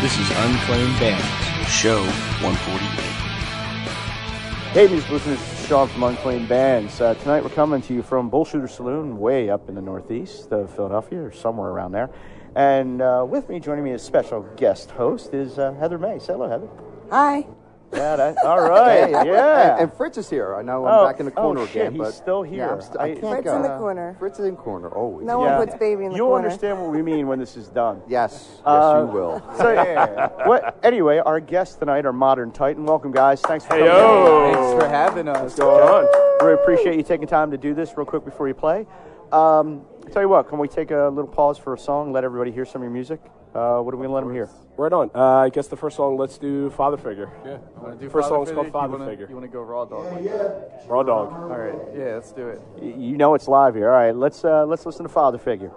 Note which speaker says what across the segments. Speaker 1: This is Unclaimed Bands,
Speaker 2: show 148.
Speaker 3: Hey, music listeners, this is Sean from Unclaimed Bands. Uh, tonight we're coming to you from Bullshooter Saloon, way up in the northeast of Philadelphia, or somewhere around there. And uh, with me, joining me as special guest host, is uh, Heather May. Say hello, Heather.
Speaker 4: Hi.
Speaker 3: Yeah, that, all right,
Speaker 5: Hey, I-
Speaker 3: yeah.
Speaker 5: And, and Fritz is here. I know I'm
Speaker 3: Oh,
Speaker 5: back in the
Speaker 3: oh,
Speaker 5: corner
Speaker 3: shit,
Speaker 5: again,
Speaker 3: he's
Speaker 5: but
Speaker 3: still
Speaker 5: Yeah, I'm
Speaker 3: here.
Speaker 5: st- I
Speaker 3: I-
Speaker 5: can't
Speaker 3: Fritz
Speaker 5: go.
Speaker 4: in the corner.
Speaker 5: Fritz is in corner always.
Speaker 4: No one puts baby in the
Speaker 3: You'll
Speaker 4: corner.
Speaker 3: understand what we mean when this is done.
Speaker 5: Yes, yes,
Speaker 3: Uh,
Speaker 5: you will.
Speaker 3: So, what, anyway, our guests tonight are Modern Titan. Welcome, guys. Thanks for coming.
Speaker 1: Heyo.
Speaker 3: in.
Speaker 6: Thanks for having us.
Speaker 3: We appreciate you taking time to do this real quick before you play. Um, tell you what, can we take a little pause for a song? Let everybody hear some of your music. Uh, what are we gonna let them hear?
Speaker 7: Right on. Uh, I guess the first song, let's do Father Figure.
Speaker 6: Yeah. Wanna do
Speaker 7: First
Speaker 6: father
Speaker 7: song's called
Speaker 6: figure? You
Speaker 7: Father
Speaker 6: wanna-
Speaker 7: Figure.
Speaker 6: You want to go raw dog? with it?
Speaker 7: Raw Dog.
Speaker 6: All right. Yeah, let's do it.
Speaker 3: Y- You know it's live here. All right, let's uh, let's listen to Father Figure.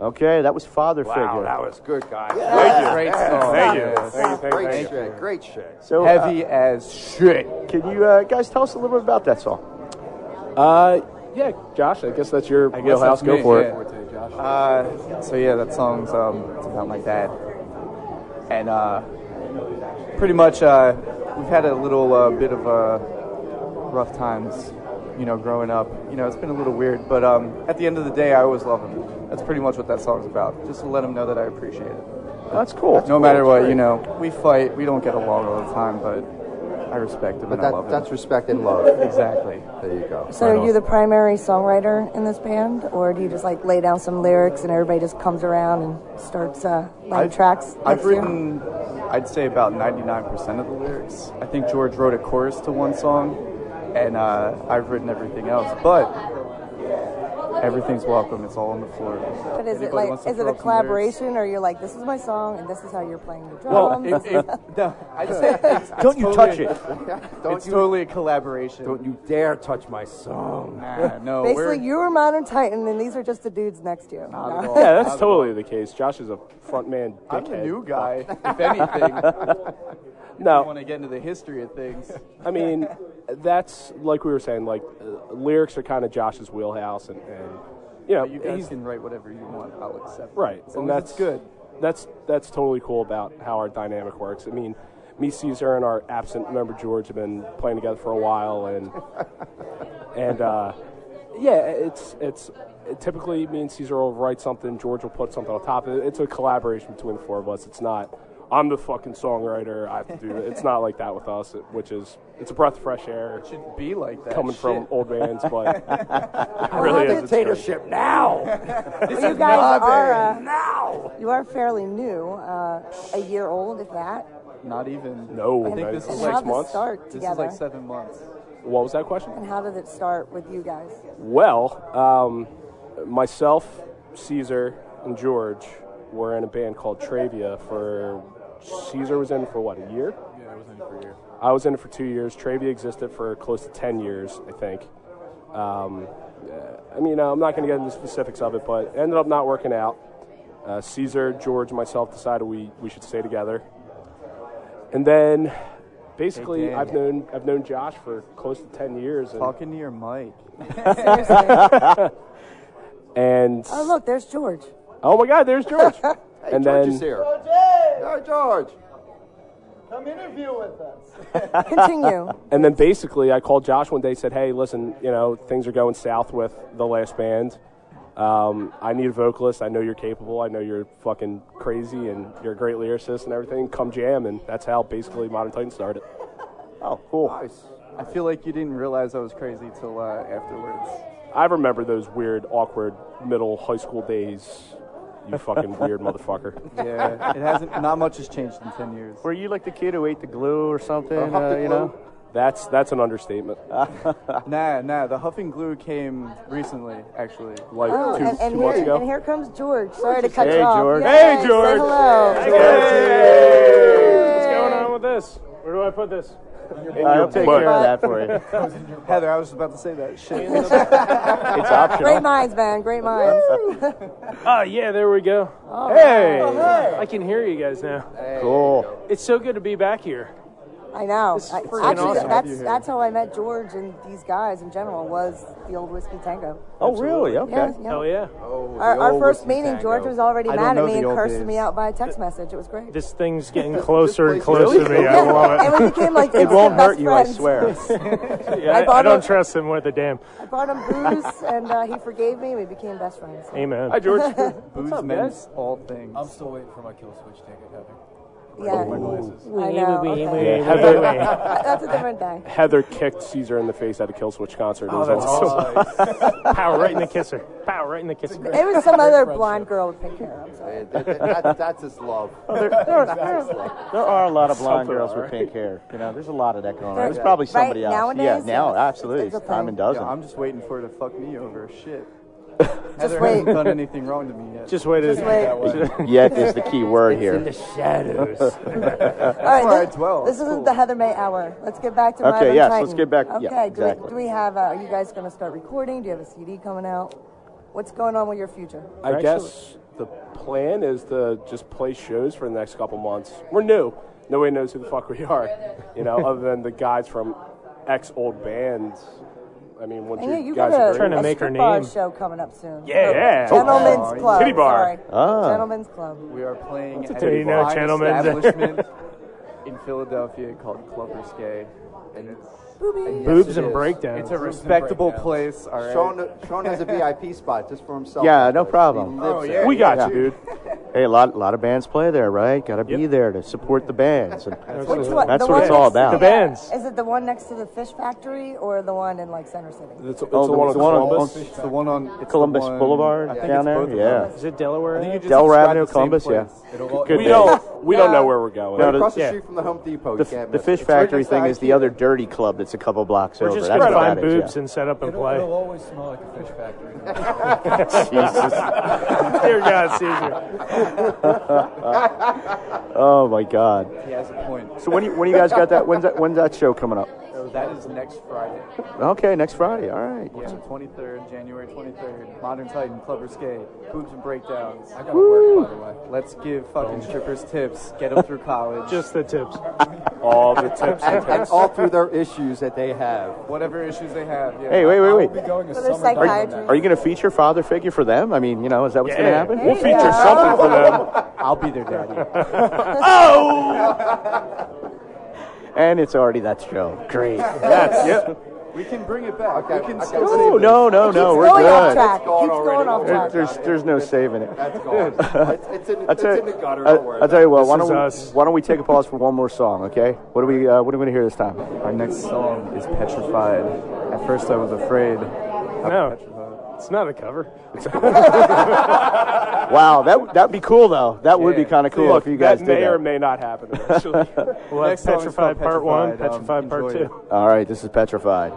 Speaker 3: Okay, that was Father Figure.
Speaker 7: was good, guys.
Speaker 6: Great song.
Speaker 7: Thank you.
Speaker 6: Yeah.
Speaker 7: Thank you. Thank you.
Speaker 5: great
Speaker 7: Thank you.
Speaker 5: shit, great shit.
Speaker 3: so, uh,
Speaker 6: Heavy as shit.
Speaker 3: can you uh, guys tell us a little bit about that song?
Speaker 7: Uh, yeah, Josh, I guess that's your
Speaker 6: guess
Speaker 7: wheelhouse.
Speaker 6: that's
Speaker 7: Go
Speaker 6: me,
Speaker 7: for
Speaker 6: yeah.
Speaker 7: it.
Speaker 6: Uh, so yeah, that song's um, it's about my dad, and uh, pretty much uh, we've had a little uh, bit of uh, rough times, you know, growing up. You know, it's been a little weird, but um, at the end of the day, I always love him. That's pretty much what that song's about. Just to let him know that I appreciate it.
Speaker 3: That's cool.
Speaker 6: No matter what, you know, we fight, we don't get along all the time, but I respect him
Speaker 5: But
Speaker 6: and I love
Speaker 5: that,
Speaker 6: him.
Speaker 5: that's respect and love.
Speaker 6: exactly.
Speaker 5: There you go.
Speaker 4: So are you the primary songwriter in this band, or do you just like lay down some lyrics and everybody just comes around and starts uh, laying tracks?
Speaker 6: I've
Speaker 4: next year?
Speaker 6: written, I'd say about 99% of the lyrics. I think George wrote a chorus to one song, and uh, I've written everything else. But everything's welcome. It's all on the floor.
Speaker 4: But is it
Speaker 6: Anybody
Speaker 4: like
Speaker 6: wants to
Speaker 4: is it
Speaker 6: throw
Speaker 4: a
Speaker 6: up some lyrics?
Speaker 4: collaboration, or you're like this is my song and this is how you're playing the
Speaker 6: Well,
Speaker 4: drums?
Speaker 6: it, it, no, I just, it's, it's
Speaker 3: Don't you touch
Speaker 6: totally-
Speaker 3: it.
Speaker 6: It's totally a collaboration.
Speaker 5: Don't you dare touch my song.
Speaker 6: Nah, no, we're,
Speaker 4: Basically, you were Modern Titan, and these are just the dudes next to you. No.
Speaker 6: not at all.
Speaker 7: Yeah, that's totally the case. Josh is a front man dickhead.
Speaker 6: I'm the new guy. If anything, I want
Speaker 7: No,
Speaker 6: to get into the history of things.
Speaker 7: I mean, that's like we were saying, like, uh, lyrics are kind of Josh's wheelhouse, and, and you know,
Speaker 6: But you guys
Speaker 7: he's
Speaker 6: can write whatever you want. I'll accept. it.
Speaker 7: right.
Speaker 6: As
Speaker 7: and
Speaker 6: long as
Speaker 7: that's
Speaker 6: it's good.
Speaker 7: that's that's totally cool about how our dynamic works. I mean, me, Caesar, and our absent member George have been playing together for a while, and and uh, yeah, it's it's typically me and Caesar will write something, George will put something on top. of it. It's a collaboration between the four of us. It's not. I'm the fucking songwriter. I have to do it. It's not like that with us, which is it's a breath of fresh air
Speaker 6: should be like that.
Speaker 7: coming from old bands, but it
Speaker 5: I
Speaker 7: really
Speaker 5: want
Speaker 7: is. It's great.
Speaker 5: dictatorship now.
Speaker 4: Well, you guys
Speaker 6: not
Speaker 4: are
Speaker 6: bad.
Speaker 4: uh,
Speaker 5: now.
Speaker 4: you are fairly new, uh, a year old, if that.
Speaker 6: Not even.
Speaker 7: No,
Speaker 6: I think
Speaker 7: man.
Speaker 6: this
Speaker 4: And
Speaker 6: is
Speaker 4: how
Speaker 6: like
Speaker 7: Six
Speaker 4: did
Speaker 7: months?
Speaker 4: it start
Speaker 6: this is
Speaker 4: together?
Speaker 6: like seven months.
Speaker 7: What was that question?
Speaker 4: and how did it start with you guys?
Speaker 7: Well, um, myself, Caesar, and George were in a band called Travia for. Caesar was in for what, a year? Yeah, I was in for a year. I was in for two years. Travia existed for close to 10 years, I think. Um, uh, I mean, I'm not going to get into the specifics of it, but it ended up not working out. Uh, Caesar, George, and myself decided we, we should stay together. And then. Basically,
Speaker 6: Dan.
Speaker 7: I've known I've known Josh for close to ten years, and,
Speaker 6: Talking to your mic.
Speaker 4: Seriously.
Speaker 7: and
Speaker 4: oh, look, there's George.
Speaker 7: Oh my God, there's George. and
Speaker 5: George
Speaker 7: then
Speaker 5: is here. Hi, George.
Speaker 4: Continue.
Speaker 7: and then basically I called Josh one day said, "Hey, listen, you know, things are going south with the last band. Um, I need a vocalist. I know you're capable. I know you're fucking crazy and you're a great lyricist and everything. Come jam." And that's how basically Modern Titan started.
Speaker 3: Oh, cool.
Speaker 5: Nice.
Speaker 6: I feel like you didn't realize I was crazy till uh, afterwards.
Speaker 7: I remember those weird, awkward middle high school days. You fucking weird motherfucker.
Speaker 6: Yeah, it hasn't. Not much has changed in ten years.
Speaker 3: Were you like the kid who ate the glue or something?
Speaker 6: huffed
Speaker 3: uh,
Speaker 6: the
Speaker 3: you know,
Speaker 7: That's that's an understatement.
Speaker 6: Nah, nah. The huffing glue came recently, actually.
Speaker 7: Like
Speaker 4: Oh,
Speaker 7: two
Speaker 4: and, and
Speaker 7: two
Speaker 4: here,
Speaker 7: months ago.
Speaker 4: and here comes George. Sorry to cut
Speaker 3: Hey,
Speaker 4: you off.
Speaker 3: George.
Speaker 4: Yay,
Speaker 7: Hey,
Speaker 4: say
Speaker 7: George.
Speaker 4: hello.
Speaker 7: Hey, what's going on with this? Where do I put this?
Speaker 3: I'll take
Speaker 7: butt.
Speaker 3: care of that for you.
Speaker 6: Heather, I was about to say that shit.
Speaker 3: It's
Speaker 4: Great
Speaker 3: optional.
Speaker 4: minds, man. Great minds.
Speaker 8: Oh yeah, there we go. hey, I can hear you guys now.
Speaker 3: Cool.
Speaker 8: It's so good to be back here.
Speaker 4: I know.
Speaker 8: This is
Speaker 4: I-
Speaker 8: freaking
Speaker 4: actually,
Speaker 8: awesome.
Speaker 4: that's that's how I met George and these guys in general was the old whiskey tango.
Speaker 3: Oh, really?
Speaker 4: Yeah,
Speaker 3: Okay.
Speaker 4: yeah.
Speaker 8: Hell Oh, yeah!
Speaker 4: Our, our first meeting, George was already
Speaker 6: I don't
Speaker 4: mad
Speaker 6: know
Speaker 4: at me
Speaker 6: the
Speaker 4: and
Speaker 6: old
Speaker 4: cursed
Speaker 6: days.
Speaker 4: me out by a text message. It was great.
Speaker 8: This thing's getting closer and
Speaker 5: place is
Speaker 8: closer to me. I love it.
Speaker 4: and we became like
Speaker 3: It
Speaker 4: instant
Speaker 3: won't
Speaker 4: best
Speaker 3: hurt you, I
Speaker 4: friends.
Speaker 3: swear.
Speaker 8: Yeah, I,
Speaker 4: bought
Speaker 8: I don't
Speaker 4: a-
Speaker 8: trust him with a damn.
Speaker 4: I bought him booze, and uh, he forgave me. We became best friends.
Speaker 8: Amen.
Speaker 7: Hi, George.
Speaker 6: Booze meant all things.
Speaker 9: I'm still waiting for my kill switch ticket, Heather.
Speaker 4: Yeah, I know. okay.
Speaker 8: Yeah, Heather,
Speaker 4: That's a different day.
Speaker 7: Heather kicked Caesar in the face at a Killswitch concert. It was
Speaker 8: Oh, that's
Speaker 7: awesome.
Speaker 8: power right in the kisser. Power right in the kisser.
Speaker 4: It was some other blonde girl with pink hair. I'm sorry.
Speaker 5: Hey, that- that- that- that's his love.
Speaker 3: There are a lot of blonde girls with pink hair. You know, there's a lot of that going on. There's probably
Speaker 4: Right,
Speaker 3: somebody else.
Speaker 4: nowadays,
Speaker 3: yeah, now
Speaker 4: yes,
Speaker 3: absolutely,
Speaker 4: it's a
Speaker 3: it's time
Speaker 4: thing.
Speaker 3: and
Speaker 6: Yeah,
Speaker 3: dozen.
Speaker 6: I'm just waiting for her to fuck me over. Shit.
Speaker 4: Just
Speaker 6: Heather
Speaker 4: wait.
Speaker 6: hasn't done anything wrong to me yet.
Speaker 8: Just wait.
Speaker 4: Just wait.
Speaker 3: Yet is the key word here.
Speaker 8: shadows.
Speaker 4: All right,
Speaker 6: where I
Speaker 4: this,
Speaker 6: dwell.
Speaker 4: this
Speaker 6: It's
Speaker 4: isn't
Speaker 6: cool.
Speaker 4: the Heather May hour. Let's get back to
Speaker 3: Okay,
Speaker 4: Modern
Speaker 3: yes,
Speaker 4: Titan.
Speaker 3: let's get back-
Speaker 4: Okay,
Speaker 3: yeah,
Speaker 4: do, we,
Speaker 3: exactly.
Speaker 4: do we have? Uh, are you guys going to start recording? Do you have a CD coming out? What's going on with your future?
Speaker 7: I guess the plan is to just play shows for the next couple months. We're new. Nobody knows who the fuck we are, you know, other than the guys from ex old bands. I mean, once
Speaker 4: And
Speaker 7: you,
Speaker 4: you, you
Speaker 7: guys
Speaker 4: got a,
Speaker 7: agree-
Speaker 8: Trying to
Speaker 4: a
Speaker 8: make her
Speaker 4: strip bar
Speaker 8: name.
Speaker 4: show coming up soon.
Speaker 8: Yeah.
Speaker 3: Oh,
Speaker 4: Gentlemen's Club.
Speaker 7: Kitty bar.
Speaker 4: Sorry.
Speaker 3: Ah.
Speaker 4: Gentlemen's Club.
Speaker 6: We are playing at
Speaker 8: tell you
Speaker 6: a
Speaker 8: now,
Speaker 6: fine
Speaker 8: gentlemen.
Speaker 6: establishment in Philadelphia called Club Risque. And it's,
Speaker 4: Boobies.
Speaker 8: Boobs
Speaker 6: it
Speaker 8: and
Speaker 6: is.
Speaker 8: breakdowns.
Speaker 6: It's a respectable place. All right.
Speaker 5: Sean, Sean has a VIP spot just for himself.
Speaker 3: Yeah, no problem.
Speaker 5: He lives
Speaker 6: Oh,
Speaker 5: there.
Speaker 6: yeah.
Speaker 7: We got
Speaker 3: Yeah.
Speaker 7: you, dude.
Speaker 3: Hey, a lot, lot of bands play there, right? Got to be there to support the bands. And
Speaker 4: Which one?
Speaker 3: That's what
Speaker 4: the one
Speaker 3: it's all
Speaker 4: next to
Speaker 3: about.
Speaker 8: The bands.
Speaker 4: Is it the one next to the fish factory or the one in like Center City?
Speaker 7: It's, it's
Speaker 3: Oh,
Speaker 7: the one
Speaker 3: the
Speaker 7: on
Speaker 3: one on-
Speaker 7: Columbus.
Speaker 6: It's the one on it's the
Speaker 3: Columbus
Speaker 6: one-
Speaker 3: Boulevard
Speaker 6: I think
Speaker 3: down
Speaker 6: it's
Speaker 3: there?
Speaker 6: both of
Speaker 3: Yeah.
Speaker 6: them.
Speaker 8: Is it Delaware?
Speaker 6: I think you just
Speaker 3: Delaware
Speaker 6: described
Speaker 3: Avenue,
Speaker 6: the same
Speaker 3: Columbus, yeah.
Speaker 6: place.
Speaker 3: Good
Speaker 7: We
Speaker 3: band.
Speaker 7: don't, we don't
Speaker 4: No.
Speaker 7: know where we're going.
Speaker 3: No,
Speaker 5: Right across
Speaker 8: Yeah.
Speaker 5: the street from the Home Depot.
Speaker 3: The,
Speaker 5: you can't
Speaker 3: the
Speaker 5: miss
Speaker 3: fish
Speaker 5: it. It's right
Speaker 3: factory
Speaker 5: next to
Speaker 3: thing is the
Speaker 5: IKEA.
Speaker 3: other dirty club that's a couple blocks
Speaker 8: We're
Speaker 3: over.
Speaker 8: just
Speaker 3: That's
Speaker 8: gonna
Speaker 3: what
Speaker 8: find
Speaker 3: that is,
Speaker 8: boobs
Speaker 3: yeah.
Speaker 8: and set up and
Speaker 9: It'll,
Speaker 8: play.
Speaker 9: it'll always smell like a fish factory.
Speaker 8: Dear God, Caesar.
Speaker 3: Oh my God!
Speaker 6: He has a point.
Speaker 3: So when you, when you guys got that? When's that? When's that show coming up?
Speaker 6: That is next Friday.
Speaker 3: Okay, next Friday. All right.
Speaker 6: Yeah, 23rd, January 23rd. Modern Titan, Club Risque, Boobs and Breakdowns.
Speaker 9: I gotta work, by the way.
Speaker 6: Let's give fucking strippers tips. Get them through college.
Speaker 8: Just the tips.
Speaker 7: All the tips.
Speaker 5: And, and all through their issues that they have.
Speaker 6: whatever issues they have. Yeah.
Speaker 3: Hey, wait,
Speaker 9: I will
Speaker 3: wait,
Speaker 9: be
Speaker 3: wait.
Speaker 9: going to
Speaker 4: For the
Speaker 9: summer
Speaker 3: Are
Speaker 9: dive
Speaker 3: you,
Speaker 4: psychiatry.
Speaker 3: are you going to feature father figure for them? I mean, you know, is that what's going to happen?
Speaker 7: We'll
Speaker 4: you
Speaker 7: feature
Speaker 4: go.
Speaker 7: something for them.
Speaker 10: I'll be their daddy.
Speaker 3: Oh! And it's already that's Joe. Great. That's yep.
Speaker 5: We can bring it back. Okay, we can still
Speaker 3: No, no, no,
Speaker 8: Oh,
Speaker 3: no. We're
Speaker 4: going off
Speaker 3: good.
Speaker 4: track. Keeps going off
Speaker 3: There-
Speaker 4: track.
Speaker 3: There's, there's no saving it.
Speaker 5: That's gone. it's, it's, in,
Speaker 3: I
Speaker 5: it's
Speaker 3: tell,
Speaker 5: in the gutter.
Speaker 3: I,
Speaker 5: Don't worry.
Speaker 3: I tell you what. Why
Speaker 7: This
Speaker 3: don't,
Speaker 7: is
Speaker 3: we,
Speaker 7: us.
Speaker 3: why don't we take a pause for one more song? Okay. What do we uh, What are we gonna hear this time?
Speaker 6: Our next song is Petrified. At first, I was afraid.
Speaker 7: No, it's not a cover.
Speaker 3: Wow. That that'd be cool though. That would be
Speaker 6: Yeah.
Speaker 3: kind of cool
Speaker 7: Look,
Speaker 3: if you guys
Speaker 7: that
Speaker 3: did
Speaker 7: may
Speaker 3: that.
Speaker 7: or may not happen eventually. we'll have
Speaker 6: Next song is called
Speaker 7: Petrified Part 1,
Speaker 6: Petrified. Um,
Speaker 7: Petrified Part 2.
Speaker 6: enjoy it.
Speaker 3: All right. This is petrified.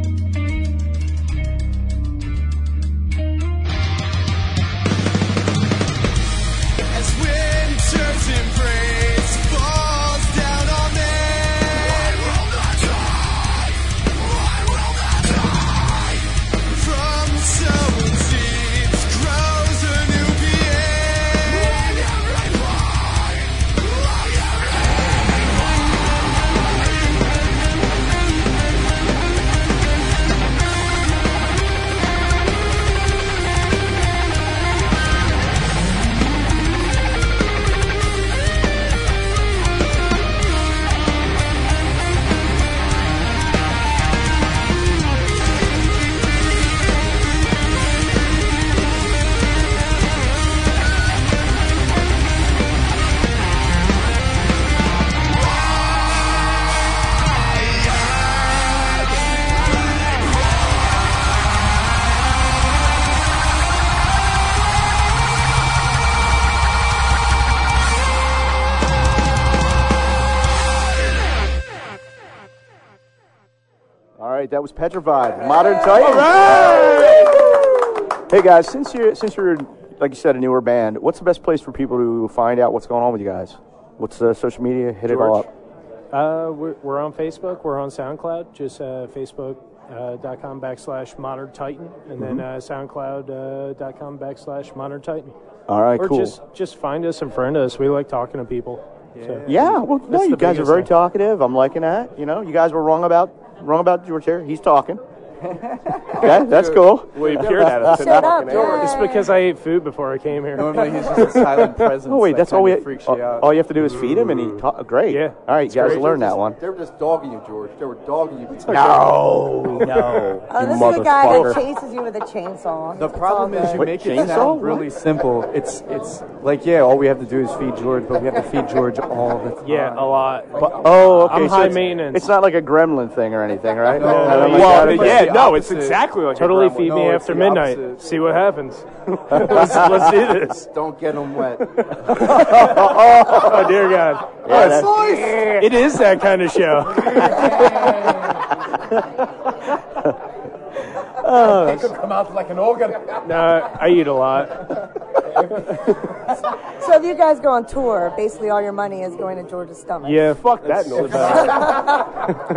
Speaker 11: Why
Speaker 3: That was Petrified, Modern Titan. Hey guys, since you're since you're like you said a newer band, what's the best place for people to find out what's going on with you guys? What's the social media? Hit it all
Speaker 7: George?
Speaker 3: up.
Speaker 8: Uh, we're, we're on Facebook. We're on SoundCloud. Just uh, Facebook. Uh, dot com backslash modern titan and then uh, soundcloud uh, dot com backslash modern titan
Speaker 3: All right,
Speaker 8: or
Speaker 3: cool.
Speaker 8: just just find us and friend us we like talking to people So-
Speaker 3: yeah, well, no,
Speaker 8: That's
Speaker 3: you
Speaker 8: the
Speaker 3: guys are
Speaker 8: biggest
Speaker 3: very
Speaker 8: thing.
Speaker 3: talkative. I'm liking that. You know, you guys were wrong about wrong about George here. He's talking. okay, that's cool.
Speaker 7: Well, you appeared at us.
Speaker 4: Shut up,
Speaker 8: It's
Speaker 4: George.
Speaker 8: because I ate food before I came here.
Speaker 6: Normally he's just a silent presence.
Speaker 3: Oh wait,
Speaker 6: that
Speaker 3: that's all we.
Speaker 6: kinda freaks you
Speaker 3: all,
Speaker 6: out.
Speaker 3: all you have to do is feed him, and he talk. Great.
Speaker 8: Yeah.
Speaker 3: All right, you guys learned that one.
Speaker 5: They were just dogging you, George. They were dogging you.
Speaker 3: No, no.
Speaker 4: Oh, this is the guy that chases you with a chainsaw.
Speaker 6: The
Speaker 4: It's
Speaker 6: problem
Speaker 4: all
Speaker 6: is you
Speaker 4: good.
Speaker 3: Wait,
Speaker 6: make it
Speaker 3: chainsaw?
Speaker 6: sound really simple. It's it's like yeah, all we have to do is feed George, but we have to feed George all the time.
Speaker 8: Yeah, a lot.
Speaker 3: Oh, okay. so
Speaker 8: I'm high
Speaker 3: it's,
Speaker 8: maintenance.
Speaker 3: It's not like a gremlin thing or anything, right?
Speaker 6: No, no,
Speaker 3: I don't
Speaker 6: no,
Speaker 3: like
Speaker 6: well,
Speaker 3: that.
Speaker 6: but
Speaker 7: yeah,
Speaker 6: it's the
Speaker 7: no, it's
Speaker 6: opposite.
Speaker 7: exactly like a
Speaker 8: Totally
Speaker 7: gremlin.
Speaker 8: feed me
Speaker 6: No, it's
Speaker 8: after
Speaker 6: the
Speaker 8: midnight.
Speaker 6: opposite.
Speaker 8: See what happens. let's, let's do this.
Speaker 5: Don't get them wet.
Speaker 8: Oh dear God.
Speaker 3: Yeah, that's-
Speaker 8: It is that kind of show.
Speaker 9: It could come out like an organ.
Speaker 8: Oh, No, I eat a lot.
Speaker 4: So if you guys go on tour, basically all your money is going to George's stomach.
Speaker 8: Yeah, fuck that noise.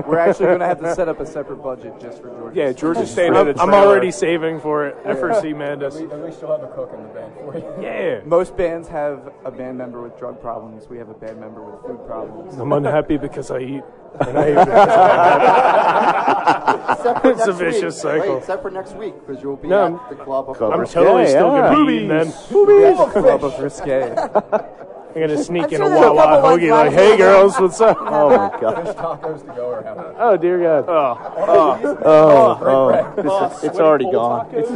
Speaker 6: We're actually going to have to set up a separate budget just for George.
Speaker 7: Yeah, George is staying in a
Speaker 8: I'm, I'm
Speaker 7: trailer.
Speaker 8: already saving for it. FRC madness.
Speaker 9: At least you'll have a cook in the band for you.
Speaker 8: Yeah.
Speaker 6: Most bands have a band member with drug problems. We have a band member with food problems.
Speaker 8: I'm unhappy because I eat. And I eat because
Speaker 5: Except for
Speaker 8: It's a
Speaker 5: next week.
Speaker 8: vicious cycle.
Speaker 5: Wait, except for next week, because you'll be
Speaker 8: No,
Speaker 5: at the club. Of
Speaker 8: I'm totally
Speaker 3: Yeah,
Speaker 8: still
Speaker 3: yeah.
Speaker 8: gonna be eating then.
Speaker 6: Club of risque.
Speaker 8: I'm gonna sneak
Speaker 4: I'm
Speaker 8: in
Speaker 4: sure
Speaker 8: a
Speaker 4: there's a
Speaker 8: Wawa
Speaker 4: couple ones
Speaker 8: hoagie
Speaker 4: left
Speaker 8: like, hey
Speaker 4: over.
Speaker 8: girls, what's up?
Speaker 4: Uh,
Speaker 3: Oh my god.
Speaker 9: Fish tacos to go or have a
Speaker 8: Oh dear God.
Speaker 3: Oh, oh. This is, it's already gone. This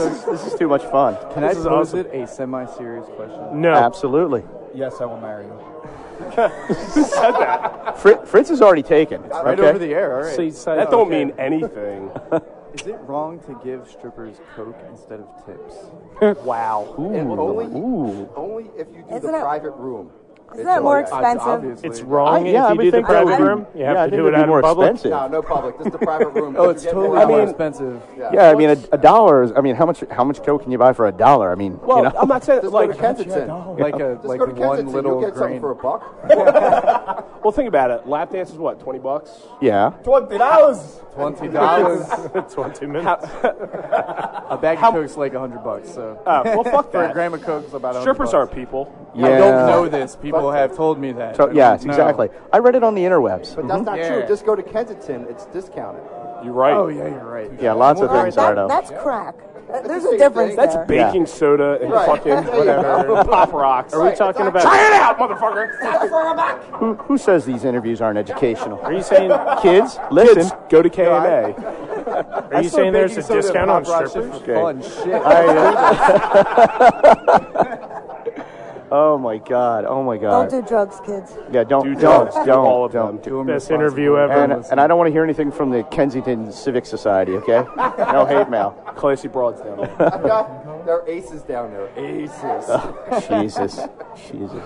Speaker 3: is this is too much fun.
Speaker 6: Can I pose it a semi-serious question?
Speaker 8: no.
Speaker 3: Absolutely.
Speaker 9: yes, I will marry you.
Speaker 3: Fr- Fritz is already taken.
Speaker 6: Right
Speaker 3: okay?
Speaker 6: over the air. All right.
Speaker 8: See, so-
Speaker 7: That don't
Speaker 8: okay.
Speaker 7: mean anything.
Speaker 6: Is it wrong to give strippers coke instead of tips?
Speaker 5: only,
Speaker 3: Ooh.
Speaker 5: only if you do
Speaker 4: Isn't
Speaker 5: the
Speaker 4: it-
Speaker 5: private room.
Speaker 4: Isn't that more expensive?
Speaker 6: Obviously.
Speaker 8: It's wrong
Speaker 3: I- yeah, I
Speaker 8: if
Speaker 3: would
Speaker 8: you do the
Speaker 3: think that would
Speaker 8: private
Speaker 3: be-
Speaker 8: room. You have
Speaker 3: yeah, I
Speaker 8: to
Speaker 3: think
Speaker 8: do
Speaker 3: it'd
Speaker 8: it
Speaker 3: be
Speaker 8: out
Speaker 3: more
Speaker 8: in public.
Speaker 3: expensive.
Speaker 5: No, no public. Just the private room.
Speaker 6: Oh, it's
Speaker 5: Forget
Speaker 6: totally
Speaker 5: that.
Speaker 6: more
Speaker 7: mean-
Speaker 6: expensive.
Speaker 3: Yeah, I mean a, a dollar is. I mean, how much how much coke can you buy for a dollar? I mean,
Speaker 7: Well,
Speaker 3: you know,
Speaker 7: I'm not saying
Speaker 5: Just go
Speaker 7: like.
Speaker 5: to Kensington.
Speaker 6: Like a
Speaker 5: Just
Speaker 6: like
Speaker 5: go to
Speaker 6: one
Speaker 5: Kensington. You'll
Speaker 6: little
Speaker 5: get something
Speaker 6: grain.
Speaker 5: for a buck.
Speaker 7: Well, think about it. Lap dance is what twenty bucks.
Speaker 3: yeah.
Speaker 9: Twenty dollars.
Speaker 6: Twenty dollars.
Speaker 8: It's one too minutes.
Speaker 6: a bag of coke's like hundred bucks. So
Speaker 7: Uh, well, fuck
Speaker 6: for a
Speaker 7: that.
Speaker 6: gram of coke's about. 100
Speaker 7: Strippers
Speaker 6: bucks.
Speaker 7: are people.
Speaker 3: Yeah.
Speaker 6: I don't know this. People have told me that.
Speaker 3: So,
Speaker 6: I
Speaker 3: yes,
Speaker 6: don't know.
Speaker 3: exactly. I read it on the interwebs.
Speaker 5: But that's not
Speaker 6: Yeah.
Speaker 5: true. Just go to Kensington. It's discounted.
Speaker 7: You're right.
Speaker 6: Oh yeah, you're right.
Speaker 3: Yeah, lots of
Speaker 4: That-
Speaker 3: things are though.
Speaker 4: that's crack. That- There's
Speaker 5: the
Speaker 4: a
Speaker 5: same
Speaker 4: difference
Speaker 5: thing.
Speaker 4: there.
Speaker 5: That's
Speaker 7: Baking soda and
Speaker 5: Right. There you
Speaker 7: fucking
Speaker 5: go.
Speaker 7: whatever. Pop rocks.
Speaker 8: Are we talking about?
Speaker 7: Try it out, motherfucker.
Speaker 3: Who, who says these interviews aren't educational?
Speaker 8: Are you saying?
Speaker 3: Kids, listen.
Speaker 7: Kids, go to KMA.
Speaker 8: Are you saying there's a discount on strippers?
Speaker 3: Okay.
Speaker 6: Fun shit.
Speaker 3: I, uh, oh my god! Oh my god!
Speaker 4: Don't do drugs, kids.
Speaker 3: yeah, don't
Speaker 7: Do
Speaker 3: don't
Speaker 7: drugs. Do
Speaker 3: don't
Speaker 7: all of
Speaker 3: don't.
Speaker 6: Do 'em
Speaker 8: Best
Speaker 6: responsibly.
Speaker 8: interview ever.
Speaker 3: And, and I don't want to hear anything from the Kensington Civic Society. Okay, no hate mail.
Speaker 7: Classy broads down there.
Speaker 5: I've got there are aces down there. Aces.
Speaker 3: Jesus, Jesus.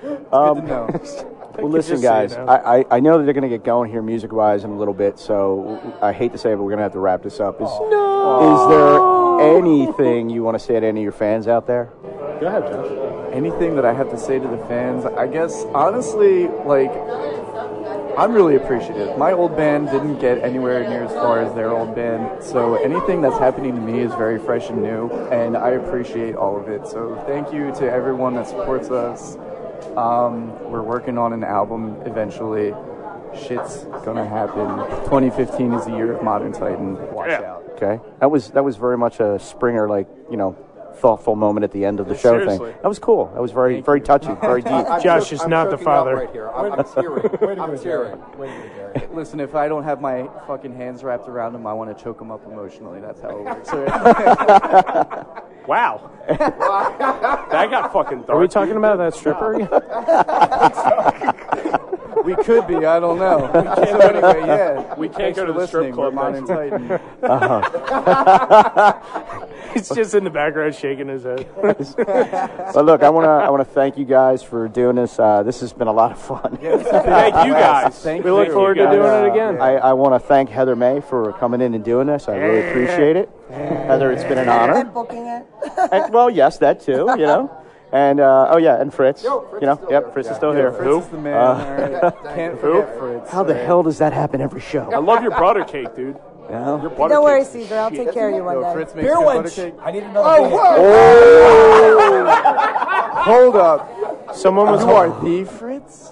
Speaker 6: Good to know.
Speaker 3: Well, listen,
Speaker 8: just say
Speaker 3: guys,
Speaker 8: no.
Speaker 3: I, I, I know that they're going to get going here music wise in a little bit, so I hate to say it, but we're going to have to wrap this up. Is, is there anything you want to say to any of your fans out there?
Speaker 7: Go ahead, Josh.
Speaker 6: anything that I have to say to the fans, I guess honestly, like I'm really appreciative. My old band didn't get anywhere near as far as their old band, so anything that's happening to me is very fresh and new, and I appreciate all of it. So thank you to everyone that supports us. Um, we're working on an album eventually. Shit's gonna happen. 2015 is the year of Modern Titan. Watch
Speaker 7: Yeah.
Speaker 6: out.
Speaker 3: Okay, that was that was very much a Springer like you know thoughtful moment at the end of the show
Speaker 7: Seriously.
Speaker 3: thing. That was cool. That was very very touching, very deep.
Speaker 5: I'm
Speaker 8: Josh
Speaker 5: choke-
Speaker 8: is
Speaker 5: I'm
Speaker 8: not the
Speaker 5: choking up
Speaker 8: father.
Speaker 5: Right here. I'm, I'm tearing. I'm tearing.
Speaker 9: Way to go, Jerry.
Speaker 6: Listen, if I don't have my fucking hands wrapped around him, I want to choke him up emotionally. That's how it works.
Speaker 7: Wow. that got fucking dark.
Speaker 8: Are we talking about that stripper? again?
Speaker 6: We could be. I don't know. So anyway, yeah.
Speaker 7: We can't go to the strip club
Speaker 6: Modern
Speaker 7: next
Speaker 6: Titan.
Speaker 8: He's just in the background shaking his head.
Speaker 3: But look, I want to I want to thank you guys for doing this. Uh, this has been a lot of fun. uh,
Speaker 7: Thank you guys.
Speaker 8: we look forward to doing it again.
Speaker 3: I, I want to thank Heather May for coming in and doing this. I really appreciate it. Heather, it's been an honor.
Speaker 4: I'm booking it.
Speaker 3: And, well, yes, that too, you know. And uh, oh yeah, and Fritz,
Speaker 5: Yo, Fritz
Speaker 3: you know,
Speaker 5: is still
Speaker 3: yep,
Speaker 5: here.
Speaker 3: Fritz is
Speaker 5: Yeah.
Speaker 3: still here.
Speaker 6: Fritz is the man.
Speaker 5: Yeah,
Speaker 6: Uh,
Speaker 5: thank
Speaker 6: Can't
Speaker 5: you.
Speaker 6: forget Fritz.
Speaker 3: How the hell does that happen every show?
Speaker 7: I love your butter cake, dude.
Speaker 3: You know?
Speaker 7: Butter
Speaker 4: Don't worry,
Speaker 7: cake's the
Speaker 4: Caesar. I'll
Speaker 7: shit.
Speaker 4: take care of you one
Speaker 6: No,
Speaker 4: day.
Speaker 6: Fritz makes good butter cake.
Speaker 9: I need another. Oh,
Speaker 6: Hold up.
Speaker 8: Someone was
Speaker 6: You are the Fritz?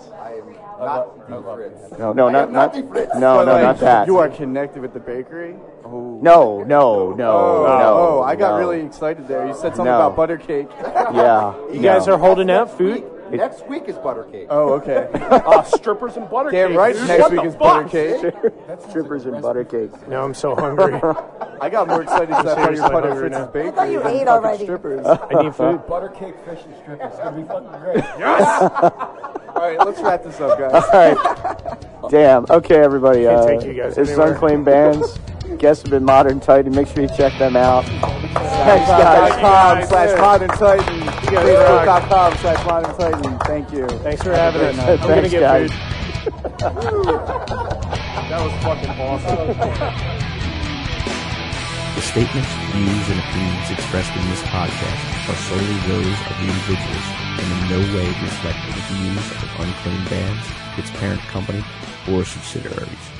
Speaker 5: Not the Fritz.
Speaker 3: No, no, not not no, no,
Speaker 6: But, like,
Speaker 3: not that.
Speaker 6: You are connected with the bakery? Oh.
Speaker 3: No, no, no,
Speaker 6: Oh,
Speaker 3: no.
Speaker 6: oh, I got
Speaker 3: no.
Speaker 6: really excited there. You said something
Speaker 3: No.
Speaker 6: about butter cake.
Speaker 3: Yeah.
Speaker 8: You guys are holding out food.
Speaker 5: Week- Next week is butter cake.
Speaker 6: Oh, okay.
Speaker 7: Uh, strippers and butter
Speaker 6: Damn
Speaker 7: cake.
Speaker 6: right.
Speaker 7: dude.
Speaker 6: Next
Speaker 7: What
Speaker 6: week
Speaker 7: the
Speaker 6: is
Speaker 7: fuck?
Speaker 6: butter cake.
Speaker 3: strippers and butter cake.
Speaker 8: No, I'm so hungry.
Speaker 6: I got more excited because I thought you were
Speaker 8: seriously
Speaker 6: part of
Speaker 8: hungry
Speaker 6: Fritz's
Speaker 8: now.
Speaker 6: bakery.
Speaker 4: thought you
Speaker 6: than
Speaker 4: ate
Speaker 6: fucking
Speaker 4: already.
Speaker 6: Strippers.
Speaker 8: I need food.
Speaker 9: Butter cake, fish, and strippers. It's gonna be fucking great.
Speaker 6: All right, let's wrap this up, guys.
Speaker 3: All right. Damn. Okay, everybody. uh,
Speaker 8: take you guys
Speaker 3: It's
Speaker 8: anywhere.
Speaker 3: Unclaimed Bands. Guests have been Modern Titan. Make sure you check them out. Thanks, guys.
Speaker 6: Com slash Oh, Modern Titan. Facebook.com slash Modern Titan. Thank you.
Speaker 8: Thanks for having us. I'm
Speaker 3: Thanks,
Speaker 8: gonna get
Speaker 3: guys.
Speaker 8: food.
Speaker 1: The statements, views, and opinions expressed in this podcast are solely those of the individuals and in no way reflect the views of Unclaimed Bands, its parent company, or subsidiaries.